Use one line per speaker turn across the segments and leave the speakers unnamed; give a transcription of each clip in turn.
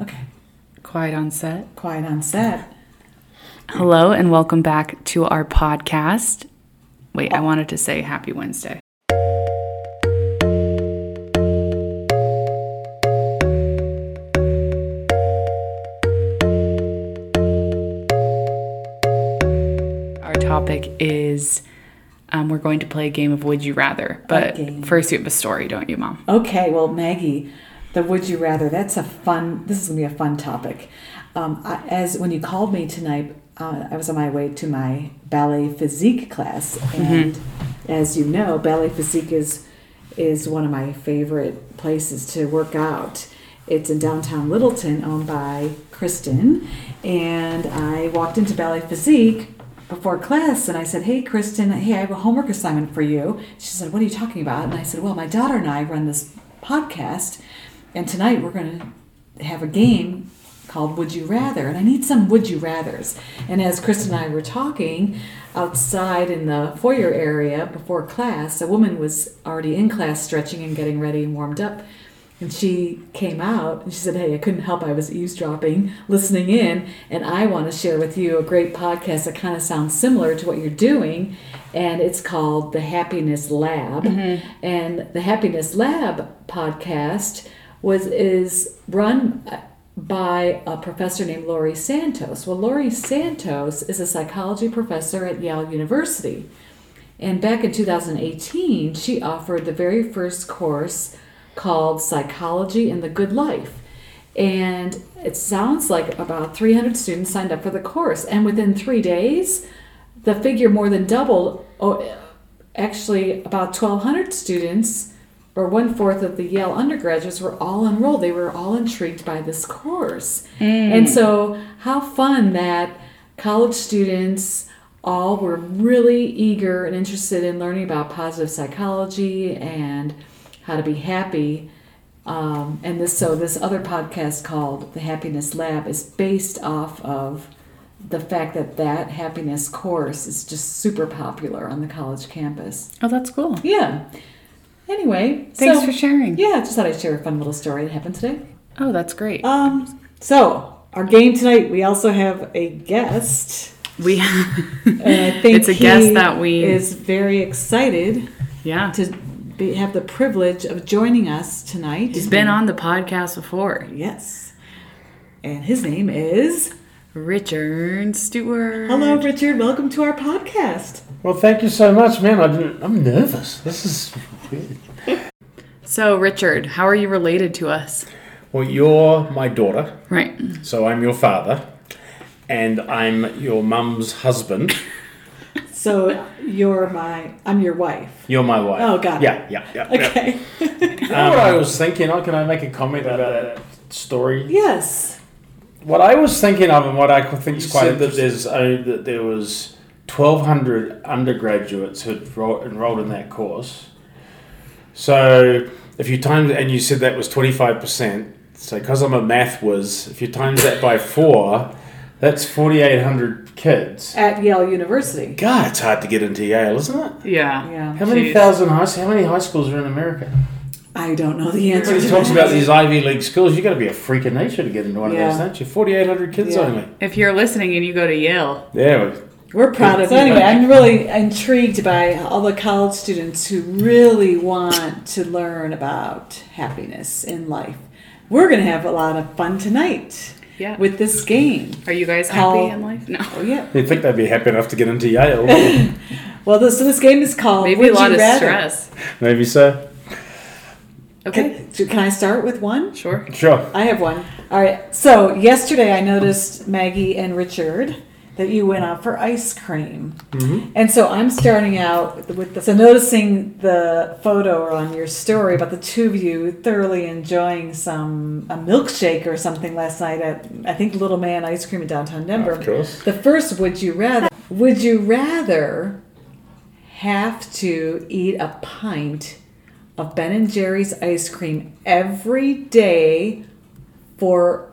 Okay.
Quiet on set.
Quiet on set.
Hello and welcome back to our podcast. Wait, I wanted to say happy Wednesday. Our topic is um, we're going to play a game of Would You Rather, but
game.
first you have a story, don't you, Mom?
Okay, well, Maggie, the would you rather, that's a fun, this is going to be a fun topic. Um, I, as when you called me tonight, uh, I was on my way to my ballet physique class. And as you know, ballet physique is, is one of my favorite places to work out. It's in downtown Littleton, owned by Kristen. And I walked into Ballet Physique before class and I said, Hey, Kristen, hey, I have a homework assignment for you. She said, What are you talking about? And I said, Well, my daughter and I run this podcast, and tonight we're going to have a game called Would You Rather, and I need some Would You Rathers. And as Kristen and I were talking outside in the foyer area before class, a woman was already in class stretching and getting ready and warmed up. And she came out and she said, Hey, I couldn't help. I was eavesdropping, listening in, and I want to share with you a great podcast that kind of sounds similar to what you're doing. And it's called The Happiness Lab. And the Happiness Lab podcast was is run uh, by a professor named Laurie Santos. Well, Laurie Santos is a psychology professor at Yale University. And back in 2018, she offered the very first course called Psychology and the Good Life. And it sounds like about 300 students signed up for the course. And within three days, the figure more than doubled. Oh, actually, about 1,200 students, or one fourth of the Yale undergraduates, were all enrolled. They were all intrigued by this course. And so, how fun that college students all were really eager and interested in learning about positive psychology and how to be happy. Um, and this, so this other podcast called The Happiness Lab is based off of the fact that that happiness course is just super popular on the college campus.
Oh, that's cool.
Yeah. Anyway,
Thanks
so-
for sharing.
Yeah, just thought I'd share a fun little story that happened today.
Oh, that's great.
Um, so our game tonight, we also have a guest.
we
And I think
It's a
he
guest that we-
is very excited
yeah.
to be, have the privilege of joining us tonight.
He's been on the podcast before.
Yes. And his name is.
Richard Stewart.
Hello, Richard. Welcome to our podcast.
Well, thank you so much, man. I, am nervous. This is weird.
So, Richard, how are you related to us?
Well, you're my daughter,
Right.
so I'm your father, and I'm your mum's husband.
So you're my. I'm your wife.
You're my wife.
Oh, got it.
Yeah, yeah, yeah. yeah.
Okay.
You know what I was thinking? Oh, can I make a comment about that story?
yes.
What I was thinking of, and what I think is
You
quite
said
that there's uh, that there was 1,200 undergraduates who enrolled in that course. So if you times and you said that was twenty five percent. So because I'm a math whiz, if you times that by four, that's forty eight hundred kids.
At Yale University.
God, it's hard to get into Yale, isn't it?
Yeah.
Yeah.
How many
Jeez.
thousand high how many high schools are in America?
I don't know the answer.
Everybody
to
talks
that.
about these Ivy League schools. You got to be a freak of nature to get into one
Yeah.
of those, don't you? Forty eight hundred kids
Yeah.
only.
If you're listening and you go to Yale,
There we
We're proud of. So
you.
anyway, I'm really intrigued by all the college students who really want to learn about happiness in life. We're gonna have a lot of fun tonight.
Yeah.
With this game.
are you guys happy
How-
in life? No.
Oh yeah.
You'd think they'd be happy enough to get into Yale.
Well, this, so this game is called
Maybe
Would
a lot
You
of
Rather.
stress.
Maybe so.
Okay.
Can, can I start with one?
Sure.
Sure.
I have one. All right. So yesterday, I noticed Maggie and Richard that you went out for ice cream, and so I'm starting out with the, so noticing the photo on your story about the two of you thoroughly enjoying some a milkshake or something last night at I think Little Man Ice Cream in downtown Denver.
Of course.
The first would you rather would you rather have to eat a pint of Ben and Jerry's ice cream every day for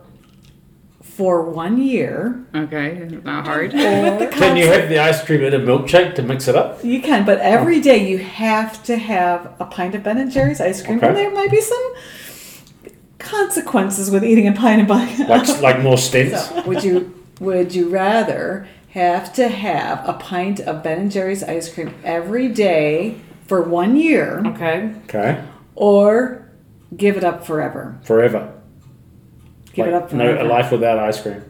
for one year?
Okay. Not hard.
But the
Can you
concept-
have the ice cream in a milkshake to mix it up?
you can, but every day you have to have a pint of Ben and Jerry's ice cream,
Okay.
and there might be some consequences with eating a pint of butter.
Like like more stints.
So, would you would you rather have to have a pint of Ben and Jerry's ice cream every day for one year,
Okay.
Okay,
or give it up forever?
forever.
Give it
Like,
up
no,
forever.
a life without ice cream.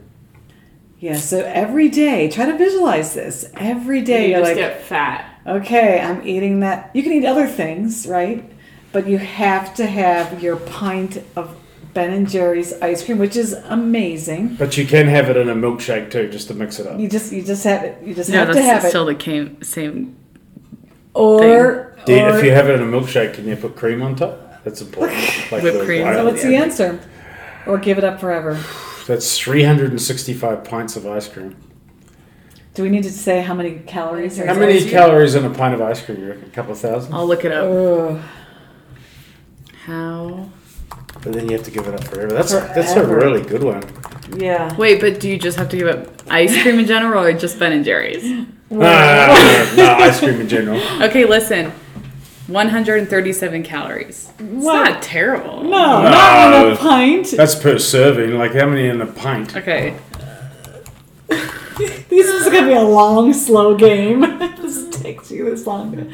Yeah. So every day, try to visualize this. Every day,
you
you're
just
like,
get fat.
okay, I'm eating that. You can eat other things, right? But you have to have your pint of Ben and Jerry's ice cream, which is amazing.
But you can have it in a milkshake too, just to mix it up.
You just you just have it. You just
No,
have to have
that's
it.
still the same. same.
or
Do you-
or-
if you have it in a milkshake, can you put cream on top? That's important. Like
Whipped
the-
cream.
I-
So what's the
Yeah.
answer? Or give it up forever?
That's 365 pints of ice cream.
Do we need to say how many calories are?
How
It's
many
easier.
calories in a pint of ice cream? You reckon a couple of thousand?
Oh.
I'll look it up.
Ugh.
How?
But then you have to give it up forever. That's that's a
Forever.
really good one.
Yeah.
Wait, but do you just have to give up ice cream in general or just Ben and Jerry's?
No, no, no, no, no, ice cream in general.
Okay, listen. 137 calories. It's
What?
not terrible.
No, not
No.
in a pint.
That's per serving. Like how many in a pint?
Okay.
This is gonna be a long, slow game. this takes you this long.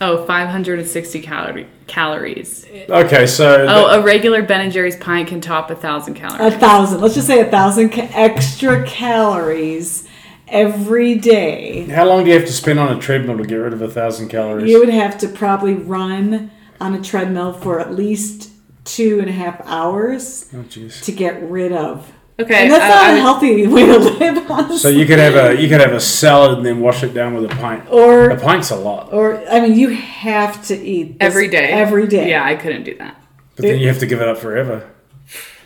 Oh, 560 calorie, calories.
Okay, so
Oh, a regular Ben and Jerry's pint can top a thousand
A
calories.
thousand. Let's just say a thousand ca- extra calories every day.
th- how long do you have to spend on a treadmill to get rid of a thousand calories?
You would have to probably run on a treadmill for at least two and a half hours
oh jeez.
to get rid of.
Okay.
and that's
uh,
I-
not
I
a
would-
healthy way to live, honestly.
So you could have a you could have a salad and then wash it down with a pint. A
or
pint's a lot,
or I mean, you have to eat this
every day.
Every day.
Yeah, I couldn't do that.
but then you have to give it up forever.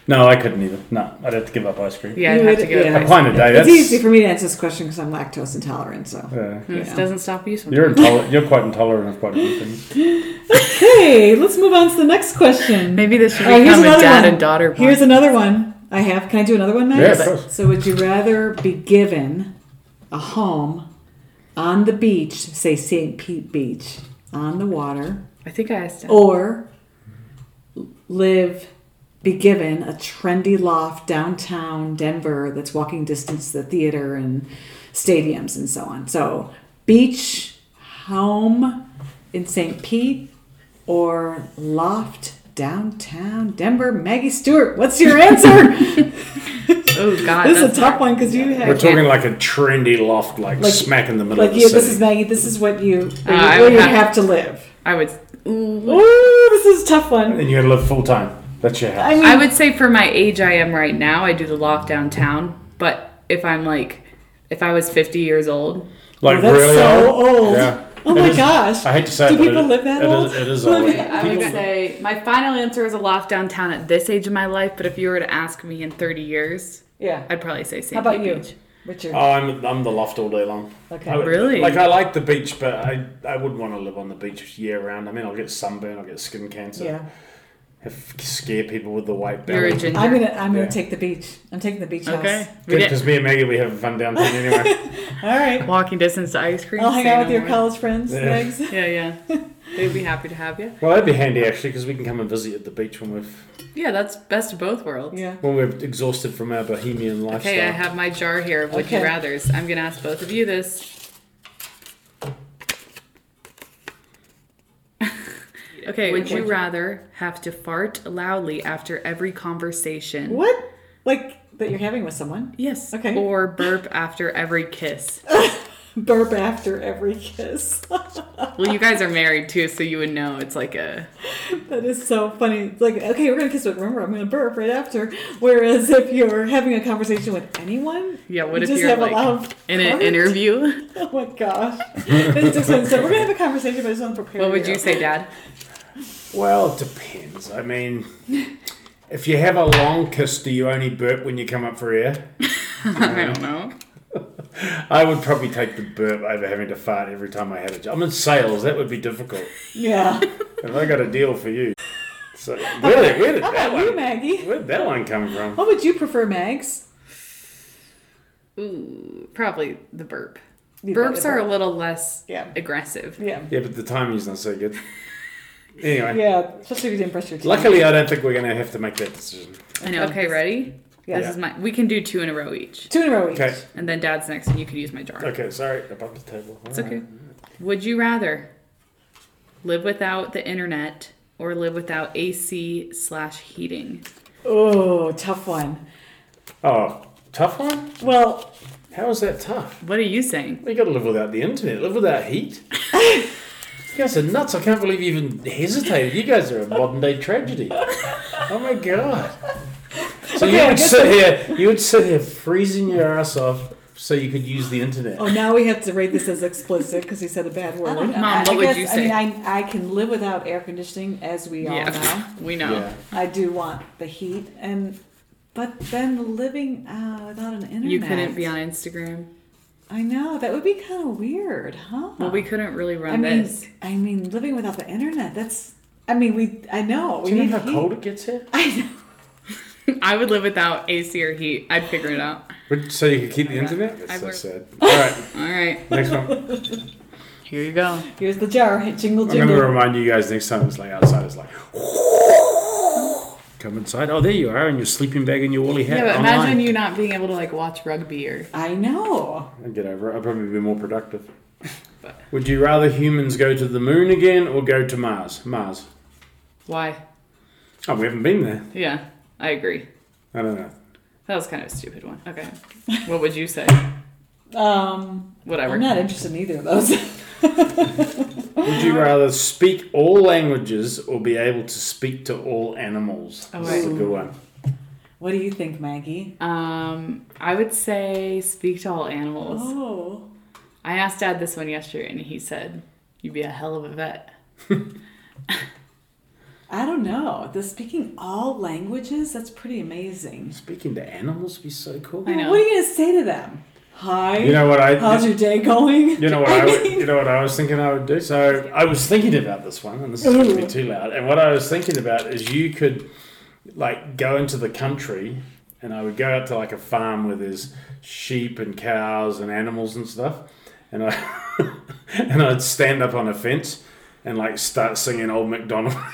No, I couldn't either. No, I'd have to give up ice cream.
Yeah, I'd
You
have
would-
to go.
yeah.
Yeah.
A pint a day.
It's
That's
easy for me to answer this question because I'm lactose intolerant. So
yeah.
This
Yeah.
doesn't stop you sometimes.
You're intolerant. You're quite intolerant of quite a few things.
okay, let's move on to the next question.
Maybe this should
All right,
become
here's
a
another
dad
one.
and daughter pod.
Here's another one. I have. Can I do another one now?
Yeah, of course.
So, would you rather be given a home on the beach, say St. Pete Beach, on the water,
I think I asked
Oh,
that.
or live, be given a trendy loft downtown Denver that's walking distance to the theater and stadiums and so on? So, beach, home in St. Pete, or loft downtown Denver? Maggie Stewart, what's your answer?
Oh, God.
This is a
that's
tough
hard.
one because you
We're
have
talking like a trendy loft, like,
Like-
smack in the middle
like
of the
you.
city.
This is Maggie. This is what you where
Uh, I
you, where
would
you
have-
have to live.
I would. Ooh.
Ooh, this is a tough one.
and you gotta live full time. That's your house.
I mean,
I would say for my age I am right now, I do the loft downtown. But if I'm like, if I was 50 years old,
like
Oh, that's
really
so
old.
old.
Yeah.
oh
It
my
is-
gosh.
I hate to say
Do
it, but
people
it-
live that
it is-
old?
it is
Let
old.
me-
I would say my final answer is a loft downtown at this age of my life. But if you were to ask me in 30 years,
Yeah.
I'd probably say St.
How about
Pete
you,
Beach.
Richard?
Oh, I'm, I'm the loft all day long.
Okay.
I would-
Really?
Like I like the beach, but I, I wouldn't want to live on the beach year round. I mean, I'll get sunburn, I'll get skin cancer,
yeah.
have, scare people with the white
You're
belly.
a ginger.
I'm gonna I'm gonna
Yeah.
take the beach. I'm taking the beach house.
okay. We
Good,
get
because me and Maggie, we have fun downtown anyway.
All right.
walking distance to ice cream.
I'll hang
say
out
no
with your
more.
college friends.
Yeah.
Megs.
Yeah, yeah. They'd be happy to have you.
well, that'd be handy actually, because we can come and visit at the beach when we've
Yeah, that's best of both worlds.
Yeah.
when we're exhausted from our bohemian lifestyle.
Okay, I have my jar here of would you
Okay.
rather's. I'm gonna ask both of you this. okay, would you rather have to fart loudly after every conversation?
What? Like that you're having with someone?
Yes.
Okay.
Or burp after every kiss.
Burp after every kiss.
Well, you guys are married too, so you would know it's like a.
That is so funny. It's like, okay, we're gonna kiss, but remember, I'm gonna burp right after. Whereas if you're having a conversation with anyone,
Yeah, what
you
if
just
you're
have
like
a loud
in an
fart?
interview?
Oh my gosh, that's just so we're gonna have a conversation, but I just want to prepare.
What would you say, Dad?
Well, it depends. I mean, if you have a long kiss, do you only burp when you come up for air?
I don't know.
I would probably take the burp over having to fart every time I had a job. I'm in sales. That would be difficult.
Yeah.
Have I got a deal for you? So where did, where did
How
that
about you,
one,
Maggie?
where did that one come from?
What would you prefer, Mags?
Ooh, probably the burp.
You'd rather
Burps are a
burp.
little less
Yeah.
aggressive.
Yeah.
Yeah, but the timing's not so good. Anyway,
Yeah, especially if you didn't brush your teeth.
luckily I don't think we're going to have to make that decision.
I know. Okay, ready?
Yeah.
This is my. We can do two in a row each,
Two in a row each.
Okay.
and then Dad's next, and you can use my jar.
Okay, sorry, I bumped the table.
It's
All right.
okay. Would you rather live without the internet or live without AC slash heating?
Oh, tough one.
Oh, tough one?
Well,
How is that tough?
What are you saying?
You got to live without the internet, live without heat. you guys are nuts. I can't believe you even hesitated. You guys are a modern day tragedy. Oh my god. So
Okay,
you
I
would
guess
sit here, you would sit here freezing your ass off so you could use the internet.
oh, now we have to rate this as explicit because he said a bad word.
Mom,
I-
what
I
would
guess,
you
I mean, I, I can live without air conditioning, as we all know.
Yeah, we know.
Yeah.
I do want the heat, and but then living uh, without an internet.
You couldn't be on Instagram.
I know that would be kind of weird, huh?
Well, we couldn't really
I
run
mean,
this.
I mean, living without the internet. That's. I mean, we. I know.
Do
We
you
need
know how
heat.
cold it gets here?
I know.
I would live without AC or heat. I'd figure it out.
But- So you could keep the
I work-
internet? That's
I
so
work-
sad. All right,
All right.
next one.
Here you go.
Here's the jar. Jingle,
I'm going
jingle.
to remind you guys next time it's like outside, it's like. Come inside. Oh, there you are in your sleeping bag and your woolly hat.
Yeah, but
online.
imagine you not being able to like watch rugby or.
I know.
I'd get over it. I'd probably be more productive.
But-
Would you rather humans go to the moon again or go to Mars? Mars.
Why?
Oh, we haven't been there.
Yeah, I agree.
I don't know.
That was kind of a stupid one. Okay. What would you say?
Um,
Whatever.
I'm not interested in either of those.
Would you rather speak all languages or be able to speak to all animals?
Oh,
This is a
right.
good one.
what do you think, Maggie?
Um, I would say speak to all animals.
Oh,
I asked Dad this one yesterday, and he said, "You'd be a hell of a vet."
I don't know. The speaking all languages. That's pretty amazing.
Speaking to animals would be so cool.
I know.
What are you gonna say to them? Hi.
You know what I?
How's your day going?
You know what I, would,
mean,
you know what I was thinking I would do. So I was thinking about this one, and this is going to be too loud. And what I was thinking about is you could like go into the country, and I would go out to like a farm where there's sheep and cows and animals and stuff, and I and I'd stand up on a fence and like start singing Old MacDonald.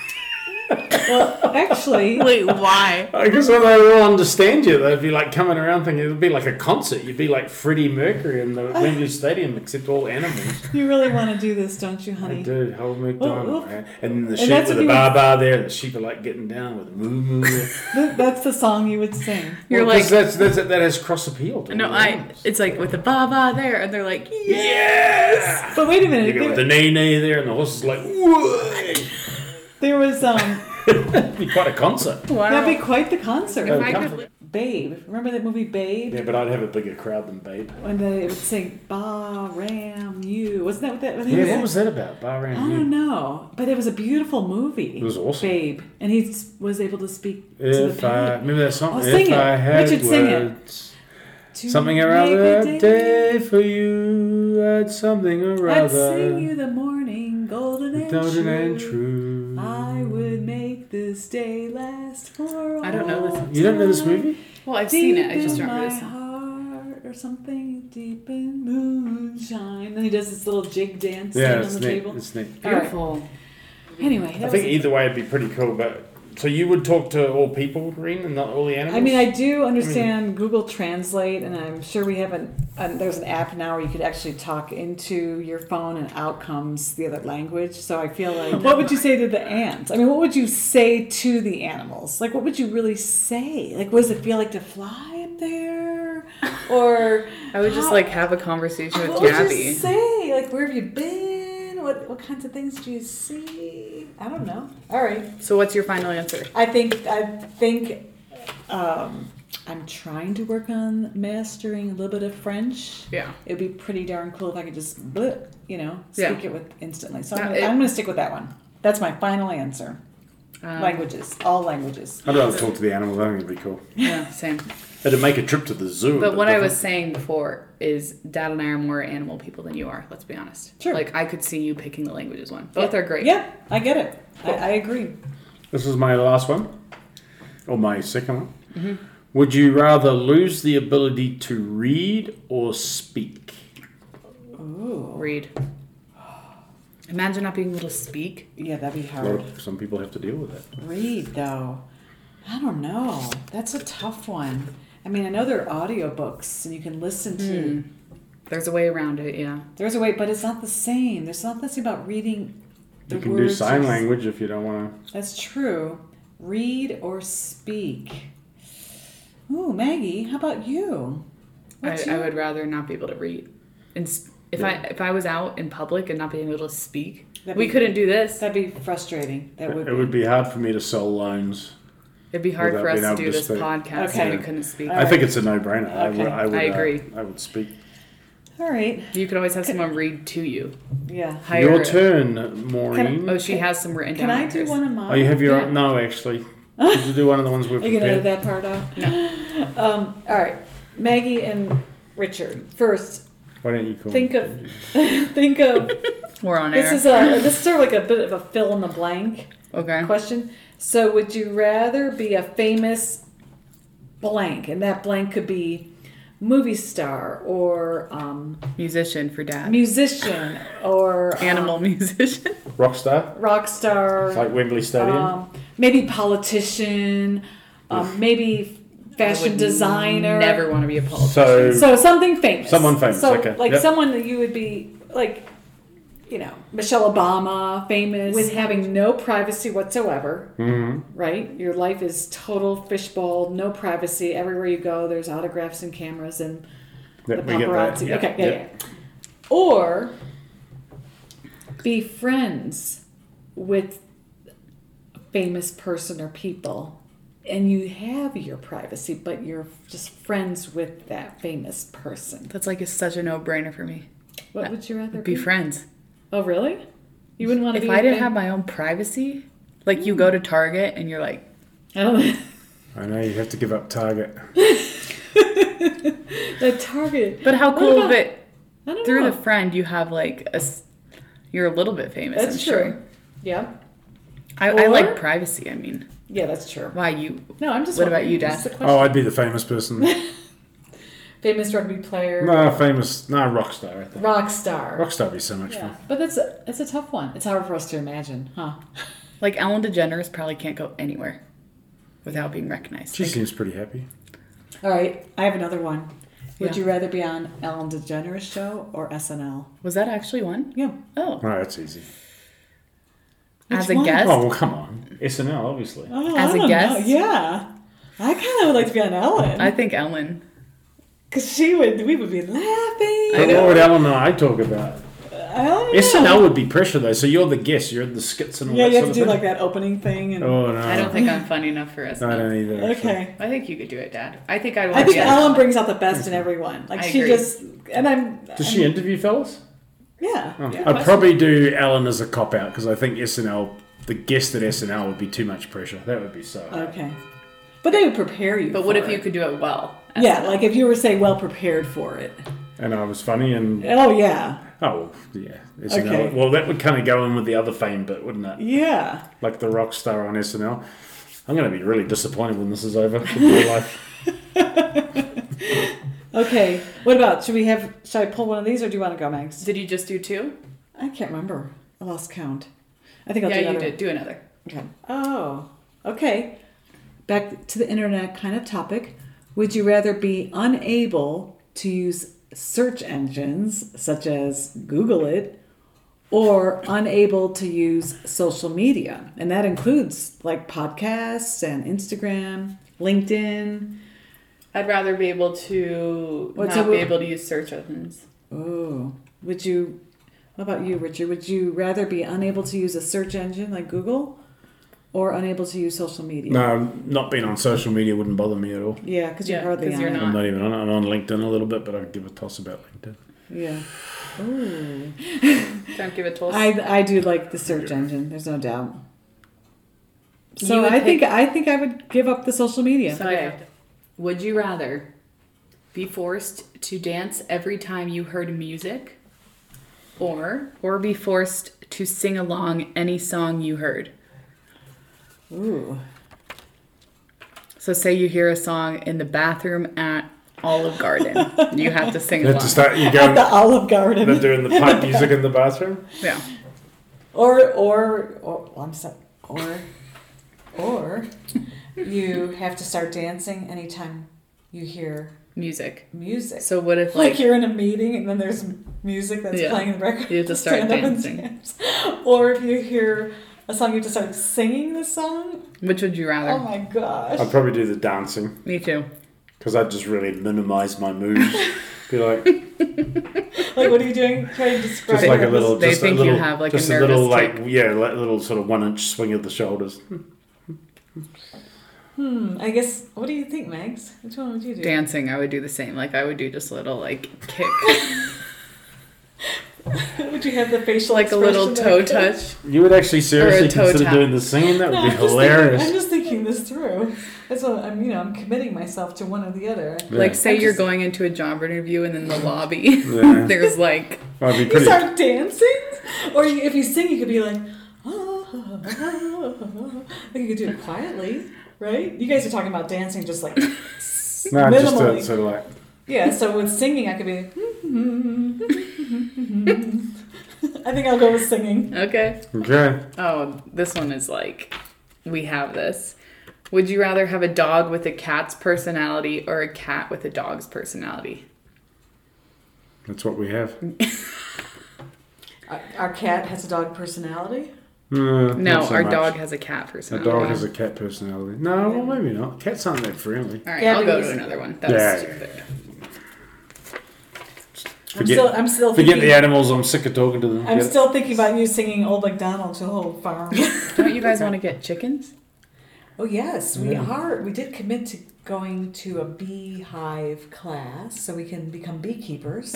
actually,
Wait, why?
I guess when they all understand you, they'd be like coming around thinking it'd be like a concert. You'd be like Freddie Mercury in the Wembley Stadium, except all animals.
you really want to do this, don't you, honey?
I do, whole McDonald,
Well, well,
right? And then the
and
sheep
that's what
with the
you
bar bar there, and the sheep are like getting down with moo moo.
Th- That's the song you would sing.
You're
Well, 'cause
like,
that's, that's, that has cross appeal. To
no,
all
I.
animals.
It's like with the ba ba there, and they're like, yeah.
Yes!
But wait a minute.
You go with
There,
the nay nay there, and the horse is like, whoa!
there was um
It'd be quite a concert.
Wow.
that'd be quite the concert.
if I
come
could
from-
live-
Babe, remember that movie Babe?
Yeah, but I'd have a bigger crowd than Babe.
When they would sing "Ba Ram You," wasn't that what that? What they
Yeah,
said?
what was that about? Bar
I
and
don't
you.
know, but it was a beautiful movie. It
Mm-hmm. was awesome.
Babe, and he s- was able to speak to the
If I,
pig.
remember that song?
Oh, sing
if
it.
I had
Richard, sing it.
words,
To
something or
make
other,
a
a day for you, I'd something or
I'd
other.
sing you the morning golden and,
Golden
true.
and true.
I would make this day last for
I don't know
all
this-
time.
You don't know this movie?
Well, I've
Deep
seen it. I just
in
don't
my
remember this. song.
heart, or something deep in moonshine. And he does this little jig dance
Yeah,
thing on
it's
the
neat.
table.
It's neat.
All right.
Beautiful.
Anyway, that
I
was
think
a-
either way it'd be pretty cool. But so you would talk to all people, Green, and not all the animals.
I mean, I do understand Google Translate, and I'm sure we have an. Um, there's an app now where you could actually talk into your phone, and out comes the other language. So I feel like, what would you say to the ants? I mean, what would you say to the animals? Like, what would you really say? Like, what does it feel like to fly up there? Or
I would just like have a conversation with
what would you
Gabby.
say? Like, where have you been? What what kinds of things do you see? I don't know. All right.
So, what's your final answer?
I think I think um, I'm trying to work on mastering a little bit of French.
Yeah.
It'd be pretty darn cool if I could just, bleh, you know,
Yeah.
speak it with instantly. So I'm,
No,
gonna,
it-
I'm going to stick with that one. That's my final answer.
Um,
languages, all languages.
I'd rather talk to the animals. I think it'd be cool.
Yeah, same.
It'd make a trip to the zoo.
But what I was saying before is Dad and I are more animal people than you are, let's be honest.
Sure.
Like I could see you picking the languages one. Both
Yeah.
are great.
Yeah, I get it. I, I agree.
This is my last one, or my second one. Would you rather lose the ability to read or speak?
Ooh.
Read. Imagine not being able to speak.
Yeah, that'd be
A lot
hard.
of, some people have to deal with it.
Read though. I don't know. That's a tough one. I mean, I know there are audiobooks and you can listen to.
Hmm. There's a way around it, yeah.
There's a way, but it's not the same. There's not the same about reading. The
You can do
words
sign
or-
language if you don't want
That's true. Read or speak. Ooh, Maggie, how about you?
I,
What's
I
your-
would rather not be able to read. And s- if I if I was out in public and not being able to speak,
That'd
we
be-
couldn't do this.
That'd be frustrating.
to.
That would.
it would be hard for me to sell loans.
It'd be hard
Without
for us
being
to
able
do
to
this
speak.
podcast
Okay.
if we couldn't speak.
All
I think
right.
it's a no-brainer. I would.
Okay.
I, would,
I
uh,
agree.
I would speak.
All right.
You could always have someone read to you.
Yeah.
Hire
Your turn, Maureen.
Oh, she has some written
Can
down.
I do
hers.
one of mine?
oh, you have your
Yeah.
own. No, actually, did you do one of the ones we've
Are you gonna edit
prepared?
that part out? Um, all right, Maggie and Richard. First,
Why don't you call?
think of think of
We're on
this
air.
is a this is sort of like a bit of a fill in the blank
okay.
question. So, would you rather be a famous blank, and that blank could be movie star or um,
Musician for dad.
musician or um,
Animal musician.
Rockstar,
rock star,
like Wembley Stadium.
um, maybe politician, um, maybe
I
fashion
would
designer.
Never want to be a politician.
so,
So something famous.
Someone famous,
So,
okay,
Like
yep.
someone that you would be like, you know, Michelle Obama, famous, with having no privacy whatsoever.
Mhm.
Right? Your life is total fishbowl, no privacy. Everywhere you go, there's autographs and cameras and
yeah,
the
we get that.
paparazzi.
Yeah,
Okay, yeah,
yeah.
yeah. Or be friends with a famous person or people. And you have your privacy, but you're just friends with that famous person.
That's like a, such a no-brainer for me.
What would you rather
Be friends.
Oh, really? You wouldn't want to be.
If I didn't
fam-
have my own privacy, like you go to Target and you're like,
I don't.
I know you have to give up Target.
the target.
but how
What
cool
about-
that
I don't
through
know.
the friend you have like a, s- you're a little bit famous.
that's
I'm
true.
sure.
Yeah.
I, I
Or-
like privacy. I mean,
Yeah, that's true.
why you?
No, I'm just.
What about
wondering.
you,
That's
Dad?
the
Oh,
question.
I'd be the famous person. Oh.
Famous rugby player,
no, famous. No, Rockstar. I think.
rock star.
Rockstar would be so much
Yeah,
fun.
but that's a, that's a tough one. It's hard for us to imagine, huh?
Like Ellen DeGeneres probably can't go anywhere without being recognized.
She
Like,
seems pretty happy.
All right, I have another one. Would
Yeah.
you rather be on Ellen DeGeneres show or SNL?
was that actually one?
Yeah.
Oh,
No, that's easy.
Which
as a
one?
guest.
Oh well, come on. SNL, obviously.
Oh,
As
I
a
don't
guest?
know. Yeah. I kind of would like to be on
I
Ellen
think Ellen.
because she would. We would be laughing.
What would Alan and I talk about?
I don't know.
SNL would be pressure though. So you're the guest. You're in the skits and all
Yeah,
that
you have
sort
to
of
do
thing.
like that opening thing and.
oh no,
I don't think I'm funny enough for us.
No, I don't either. actually.
Okay.
I think you could do it, Dad. I think I'd want
I think
to.
Ellen brings out the best in everyone. Like
I
she
agree.
just and I'm.
Does she interview fellas?
Yeah.
Oh.
yeah.
I'd probably do Alan as a cop out because I think SNL, the guest at SNL would be too much pressure. That would be so. hard.
Okay. But they would prepare you.
But what
for
if you
it.
could do it well?
Yeah, like if you were say well prepared for it.
And I was funny and
Oh yeah.
oh yeah, SNL.
Okay.
Well, that would kind of go in with the other fame bit, wouldn't it?
Yeah.
Like the rock star on SNL. I'm going to be really disappointed when this is over. in real life.
Okay. What about should we have should I pull one of these or do you want to go, Mags?
Did you just do two?
I can't remember. I lost count. I think I'll do
yeah, you
another.
did. Do another.
Okay. Oh. Okay. Back to the internet kind of topic. Would you rather be unable to use search engines such as Google it or unable to use social media? And that includes like podcasts and Instagram, LinkedIn.
I'd rather be able to
What's
not
a-
be able to use search engines.
Oh. Would you What about you, Richard? Would you rather be unable to use a search engine like Google or unable to use social media?
no, not being on social media wouldn't bother me at all.
Yeah, because you're
Yeah,
hardly
'cause you're
on it.
not.
I'm not even on it. I'm on LinkedIn a little bit, but I'd give a toss about LinkedIn.
Yeah. Ooh.
Don't give it to us.
I I do like the search engine. There's no doubt.
You
So
would
I think I think I would give up the social media.
So I have to- Would you rather be forced to dance every time you heard music or or be forced to sing along any song you heard?
Ooh.
So say you hear a song in the bathroom at Olive Garden. you have to sing
You have
along.
to start. You
At
going
the Olive Garden.
they're doing the pipe music in the bathroom.
Yeah.
Or, or, or, well, I'm sorry, or, or you have to start dancing anytime you hear
Music.
music.
So what if
like,
like,
you're in a meeting and then there's music that's
Yeah.
playing in the background.
You have to start
stand up and
dancing.
dance. Or if you hear a song, you have to start singing the song.
which would you rather?
Oh my gosh.
I'd probably do the dancing
Me too.
because I'd just really minimize my moves. Be like,
Like, what are you doing? Try to describe
just like a
what
little,
They
just
think
a
you
little,
have, like, a
just a, little,
nervous
like yeah, like little sort of one inch swing of the shoulders.
Hmm, I guess. What do you think, Megs? Which one would you do?
Dancing, I would do the same. Like I would do just a little like kick,
would you have the facial
like a little
expression
toe
like that?
touch.
You would actually seriously
toe
consider
tap.
doing the singing? That would
No,
be
I'm just
hilarious.
Thinking, I'm just thinking this through. That's what I'm. You know, I'm committing myself to one or the other.
Yeah.
Like say
I'm
you're
just-
going into a job interview and in the lobby
Yeah.
there's like
I'd be
You
pretty.
start dancing, or you, if you sing, you could be like, oh, like you could do it quietly, right? You guys are talking about dancing, just like
No,
uh,
just
minimally.
a, sort of like
yeah. So with singing, I could be. "Hmm, hmm." I think I'll go with singing.
okay.
okay.
Oh, this one is like, we have this. Would you rather have a dog with a cat's personality or a cat with a dog's personality?
That's what we have.
Our, our cat has a dog personality.
No,
No,
not so
our
much.
dog has a cat
A
personality.
dog has a cat personality. No, well, maybe not. Cats aren't that friendly.
All right,
Yeah,
I'll go
because-
to another one. That
Yeah.
was stupid.
I'm
Forget,
still. I'm still
forget
thinking.
the animals. I'm sick of talking to them.
I'm
Get it?
still thinking about you singing Old MacDonald to the whole farm.
Don't you guys want to get chickens?
oh, yes, we are. We did commit to going to a beehive class so we can become beekeepers.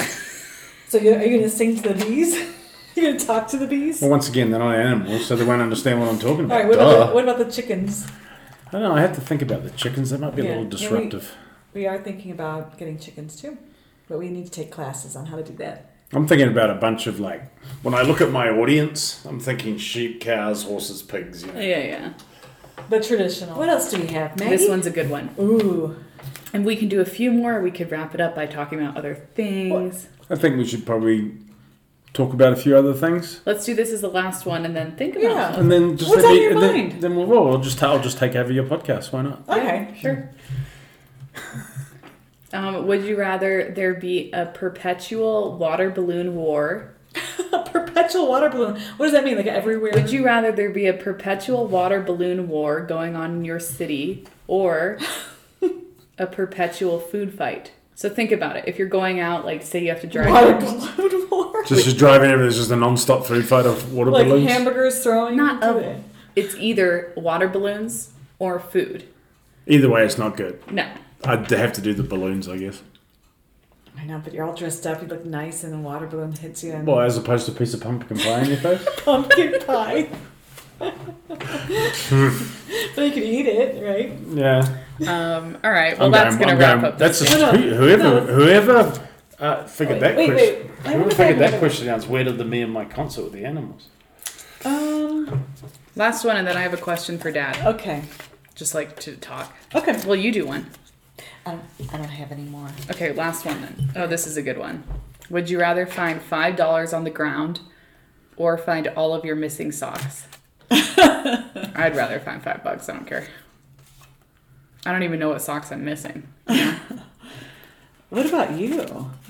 so, you're, are you going to sing to the bees? you going to talk to the bees?
Oh,
Well,
All
once again, they're not animals, so they won't understand what I'm talking about.
right, what
Duh.
about, the, what about the chickens?
I don't know. I have to think about the chickens. That might be
Yeah.
a
Yeah,
little
we-
disruptive.
We are thinking about getting chickens too, but we need to take classes on how to do that.
I'm thinking about a bunch of like.
When I look at my audience, I'm thinking sheep, cows, horses, pigs. You know.
Oh, Yeah, yeah.
The traditional. What else do we have, Maggie?
This one's a good one.
Ooh.
And we can do a few more. We could wrap it up by talking about other things.
I think we should probably talk about a few other things,
Let's do this as the last one and then think about
Yeah.
them.
and then just
What's
let
on
me-
your
and then-
mind?
Then we'll, well, I'll just I'll just take over your podcast. Why not?
Okay.
Sure. Um, would you rather there be a perpetual water balloon war?
A perpetual water balloon. What does that mean? Like everywhere?
Would you rather there be a perpetual water balloon war going on in your city or a perpetual food fight? So think about it. If you're going out, like say you have to drive
water balloon war?
Just, just driving over. There's just a non-stop food fight of water
like
balloons.
hamburgers throwing
not
into
oven. It's either water balloons or food.
Either way, it's not good.
No.
I'd have to do the balloons, I guess.
I know, but you're all dressed up. You look nice, and the water balloon hits you. And
Well, as opposed to a piece of pumpkin pie in your face.
pumpkin pie. but you could eat it, right?
Yeah.
Um, all right. Well, that's
going.
going to
I'm
wrap
going-
up.
That's
This
a,
No, no,
whoever
no.
whoever uh, figured that
Wait,
question.
wait. I
Whoever
wonder if I
figured that
remember-
question out? It's where did the me and my concert with the animals?
Um.
last one, and then I have a question for Dad,
Okay.
just like to talk.
Okay.
Well, you do one.
I don't, I don't have any more.
Okay, last one then. Oh, this is a good one. Would you rather find five dollars on the ground or find all of your missing socks? I'd rather find five bucks, I don't care. I don't even know what socks I'm missing.
What about you?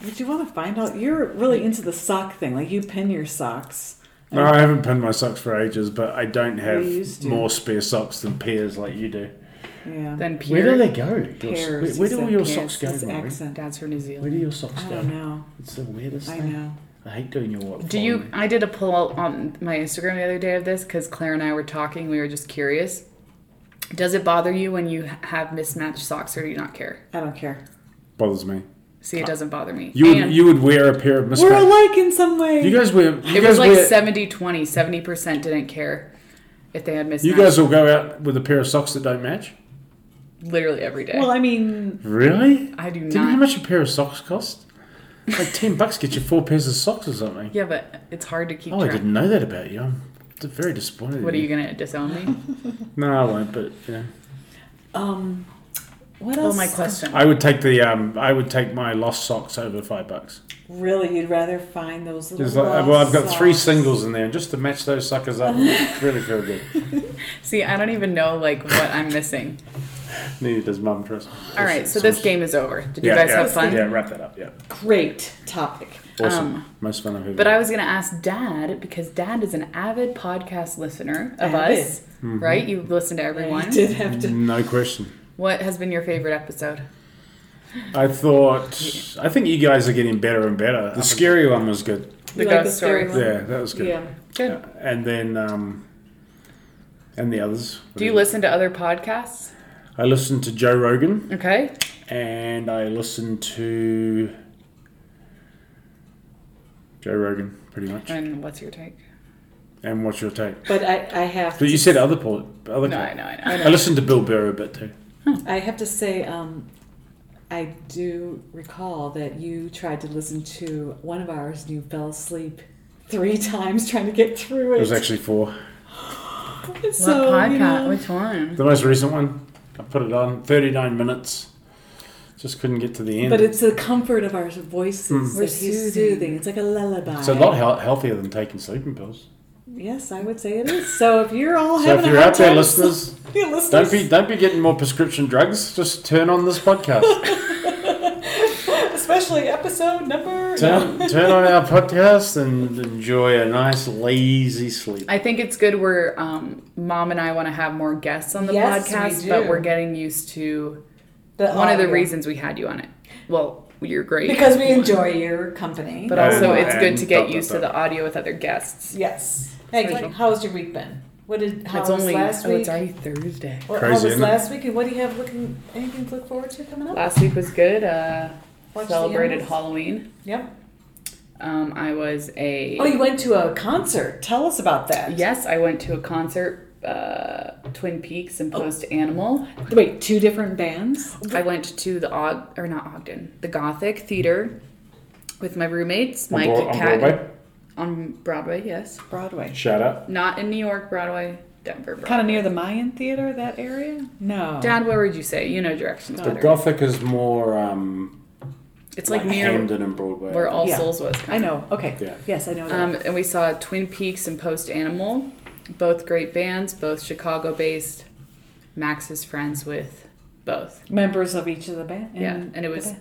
Would you want to find out? You're really into the sock thing. Like you pin your socks.
No, I haven't pinned my socks for ages, but I don't have
We used to.
more spare socks than pairs like you do.
Yeah.
Then
Where do
Peter
they go? Your-
Pears,
where
he
do all
said
your
pears,
socks go,
his
Lauren?
accent.
Dad's from New
Where
Zealand.
do your socks
I
go?
don't know.
It's the weirdest
I
thing.
know.
I hate doing your work.
Do you I did a poll on my Instagram the other day of this because Claire and I were talking, we were just curious. Does it bother you when you have mismatched socks or do you not care?
I don't care.
bothers me?
See, it doesn't bother me.
Uh, You would,
And-
you would wear a pair of
We're
mismatched.
alike in some way.
You guys wear. You
It
guys
was like
wear,
70 20. 70% didn't care if they had mismatched.
You guys will go out with a pair of socks that don't match.
literally every day.
well, I mean,
Really?
I do
Do you know how
not.
much a pair of socks cost? Like ten bucks get you four pairs of socks or something.
Yeah, but it's hard to keep
Oh, I
track.
didn't know that about you. I'm d- very disappointed.
What are
in
you going to disown me?
No, I won't. But you know,
um, what
well,
else?
my question.
I would take the um. I would take my lost socks over five bucks.
Really, you'd rather find those little.
It's like, well, I've got
lost
three
socks.
singles in there, and just to match those suckers up, really feel good.
See, I don't even know like what I'm missing.
Neither does Mum, trust me.
All right, so this game is over. Did you
Yeah,
guys
yeah,
have fun?
Yeah, wrap that up. Yeah,
Great topic.
awesome. Most fun I've ever.
Um, But I was going to ask Dad because Dad is an avid podcast listener of
Avid.
us,
Mm-hmm.
right? You listen to everyone.
I did have to.
No question.
What has been your favorite episode?
I thought. I think you guys are getting better and better. The scary one was good.
The
You like
ghost
scary
stories.
one?
Yeah, that was good.
Yeah.
Good.
Yeah, And then, um, and the others.
Do you listen to other podcasts?
I listened to Joe Rogan,
Okay.
and I listened to Joe Rogan, pretty much.
And what's your take?
And what's your take?
But I, I have.
But
to,
you said um, other po- other.
No, I know, I know.
I listened to Bill Burr a bit too.
I
I have to say, um, I do recall that you tried to listen to one of ours and you fell asleep three times trying to get through it.
It was actually four.
so,
what podcast?
You know,
Which one?
The most recent one, I put it on 39 minutes. Just couldn't get to the end.
but it's the comfort of our voices
We're
that he's
soothing.
soothing. It's like a lullaby.
Hmm. it's a lot hel- healthier than taking sleeping pills.
Yes, I would say it is. So if you're all
So
having
if you're
a hard
out there,
time
listeners,
sleeping,
don't
listeners,
be don't be getting more prescription drugs. Just turn on this podcast.
especially episode number.
turn, turn on our podcast and enjoy a nice lazy sleep.
I think it's good we're um, mom and I want to have more guests on the
Yes, we
podcast,
do.
but we're getting used to
The
one of the
audio.
reasons we had you on it. Well, you're great.
oh, because we enjoy your company.
but also,
And-
it's good to
and
get
dot,
used
dot,
to
dot.
the audio with other guests.
yes, hey,
Rachel.
how's your week been? What did how
it's
was
only
last
oh,
week?
it's already Thursday.
Well,
Crazy,
how was
isn't it?
last week, and what do you have looking? Anything to look forward to coming up?
Last week was good. Uh,
Watch the
celebrated
animals?
Halloween.
Yep.
Um, I was a
Oh, you went to a concert. Tell us about that.
yes. I went to a concert, uh, Twin Peaks
Oh.
and Post Animal.
Wait, two different bands.
I went to the Og or not Ogden, the Gothic Theater with my roommates,
On
Mike
Bro-
and
on
Kat-
Broadway?
On Broadway, yes.
Broadway.
Shout out.
Not in New York, Broadway, Denver. Broadway.
Kind of near the Mayan Theater, that area. No.
Dad, where would you say? You know directions
The
better.
Gothic is more um,
it's
like
like near
Hamden and Broadway.
where All
Yeah.
Souls was. kinda.
I know. Okay.
Yeah.
Yes, I know. that.
Um, and we saw Twin Peaks and Post Animal, both great bands, both Chicago based. Max is friends with both.
Members of each of the band.
Yeah, and it was
okay.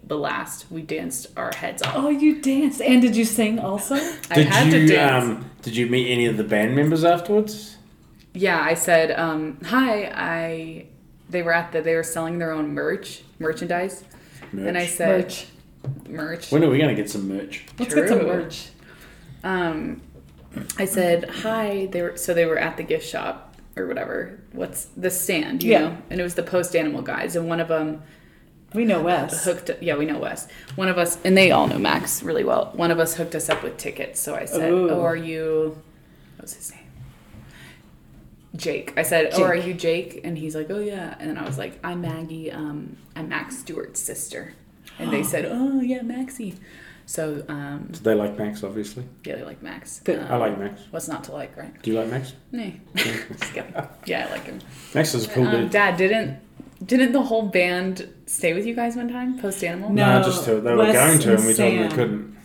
a blast. We danced our heads off.
Oh, you danced, and did you sing also?
I had to dance.
Um, did you meet any of the band members afterwards?
yeah, I said, um, "Hi, I." They were at the. They were selling their own merch, merchandise, and I
Merch.
said,
Merch.
"Merch."
When are we going to get some merch?
Let's get some
True.
merch.
um, I said hi. They were so they were at the gift shop or whatever. What's the stand? You
Yeah.
know, and it was the post animal guys, and one of them
We know Wes.
hooked. Yeah, we know Wes. One of us, and they all know Max really well. One of us hooked us up with tickets. So I said,
Ooh.
"Oh, are you?" What was his name? Jake. I said, "Oh, are
Jake.
you Jake?" And he's like, "Oh yeah." And then I was like, "I'm Maggie. Um, I'm Max Stewart's sister." And they said, "Oh yeah, Maxie." So um,
So they like Max, obviously.
yeah, they like Max.
Good.
Um,
I like Max.
What's not to like, right?
Do you like Max?
Nay. Just kidding. yeah, I like him.
Max is a cool
Um,
dude.
Dad didn't didn't the whole band stay with you guys one time post animal?
No.
No, just to, they were
Wes
going to,
and
and we told them
Sam.
they couldn't.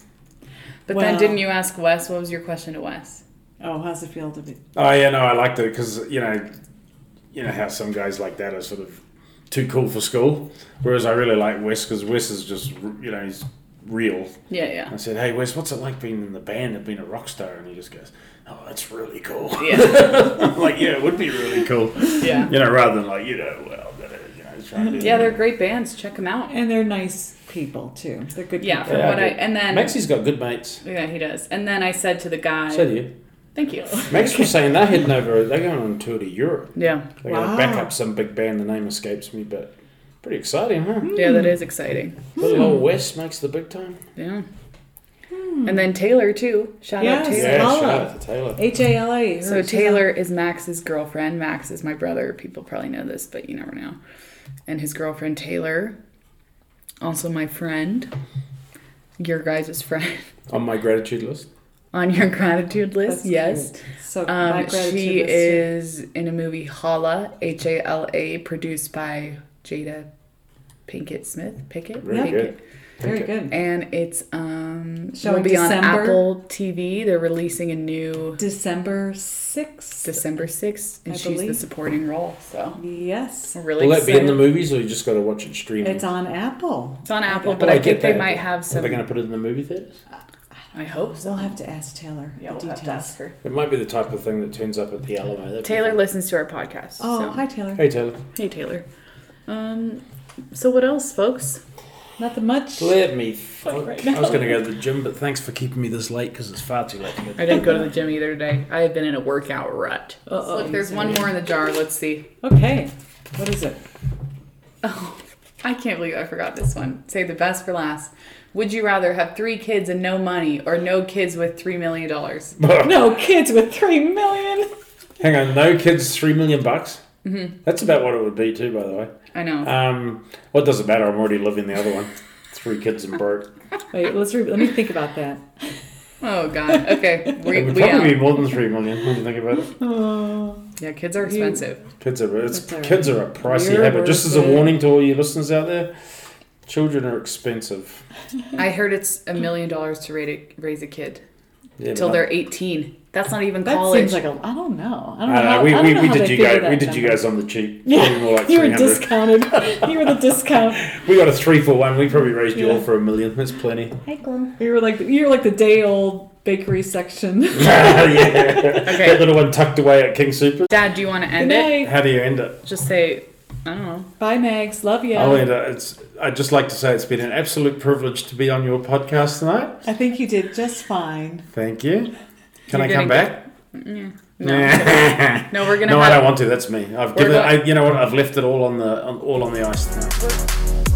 But
Well-
then didn't you ask Wes? What was your question to Wes?
Oh, how's it feel to be?
Oh yeah, no, I liked it because you know, you know how some guys like that are sort of too cool for school, whereas I really like Wes because Wes is just you know he's real.
Yeah, yeah.
I said, hey Wes, what's it like being in the band and being a rock star? And he just goes, oh, that's really cool.
Yeah,
I'm like yeah, it would be really cool.
yeah.
You know, rather than like you know, well, you know, trying to do
Yeah, they're great bands. Check them out.
And they're nice people too. They're good.
Yeah,
people.
from
Yeah,
what I
good.
and then
Maxie's got good mates.
yeah he does. And then I said to the guy,
So do you.
thank you.
Max was saying they're heading over. They're going on tour to Europe.
Yeah,
They're going
Wow.
to back up some big band. The name escapes me, but pretty exciting, huh?
yeah, that is exciting.
Little
Hmm.
old Wes makes the big time.
Yeah. And then Taylor too. Shout out
Yes.
Taylor.
Yeah,
Paula.
shout out to Taylor.
H A L A.
So Taylor is Max's girlfriend. Max is my brother. People probably know this, but you never know. And his girlfriend Taylor, also my friend, your guys' friend
On my gratitude list.
on your gratitude list.
That's
yes.
cute. So my
Um,
gratitude
she
is to-
is in a movie Hala, H A L A, produced by Jada Pinkett Smith. Pickett.
Very
Pinkett.
good.
Very good.
And it's um
Showing
will be on
December.
Apple TV. They're releasing a new
December 6th.
December sixth, and
I
she's the
believe.
supporting role. So
Yes.
I'm really
Will that be in
excited.
the movies, or you just got to watch it streaming?
It's on Apple.
It's on Apple,
Okay.
but
Oh,
I
get
think they
that.
might have
Are
some.
they going to put it in the movie theaters?
I hope so.
They'll have to ask Taylor
Yeah,
the
we'll have to
details.
ask her.
It might be the type of thing that turns up at the Alamo. That'd be
Taylor
fun.
listens to our podcast.
Oh,
so.
hi, Taylor.
Hey Taylor.
Hey, Taylor. Um, so what else, folks?
Nothing much.
Let me. Fuck.
right
I was going to go to the gym, but thanks for keeping me this late because it's far too late. To
I
get
didn't go to the gym either today. I have been in a workout rut.
Uh-oh.
Look, there's one more in the jar. Let's see.
Okay. What is it?
Oh, I can't believe I forgot this one. Say the best for last. Would you rather have three kids and no money, or no kids with three million dollars?
No kids with three million.
Hang on, no kids, three million bucks. Mm-hmm. That's about what it would be too, by the way.
I know.
Um, well, it doesn't matter. I'm already living the other one. Three kids and broke.
Wait, let's re- let me think about that.
Oh God. Okay. We,
It would
we out.
probably be more than three million when you think about it.
Yeah, kids are expensive.
Kids are it's,
That's all right.
kids are a pricey
You're
habit. Just as a
worth it.
warning to all you listeners out there, children are expensive.
I heard it's a million dollars to raise a, raise a kid
Yeah,
till
but-
they're 18. That's not even
That
college.
seems like a. I don't know. I don't know.
I don't know.
how,
Uh, We,
I don't
we,
know
we
how
did
they
you guys
figure
we
that
did you
number.
guys on the cheap. Probably more
Yeah,
like
you were
300.
discounted. you were the discount.
We got a three for one. We probably raised you
Yeah.
all for a million. That's plenty.
You were like you were like the day old bakery section.
yeah. That
okay.
little one tucked away at King Super.
Dad, do you want to
Good
end it?
night.
How do you end it?
Just say, I don't know.
Bye, Mags. Love you.
I'll end it. It's, I'd just like to say it's been an absolute privilege to be on your podcast tonight.
I think you did just fine.
Thank you. Can
You're
I come
getting-
back?
No, no we're gonna.
no,
have,
I don't want to. That's me. I've given.
going-
I, you know what? I've left it all on the on, all on the ice tonight.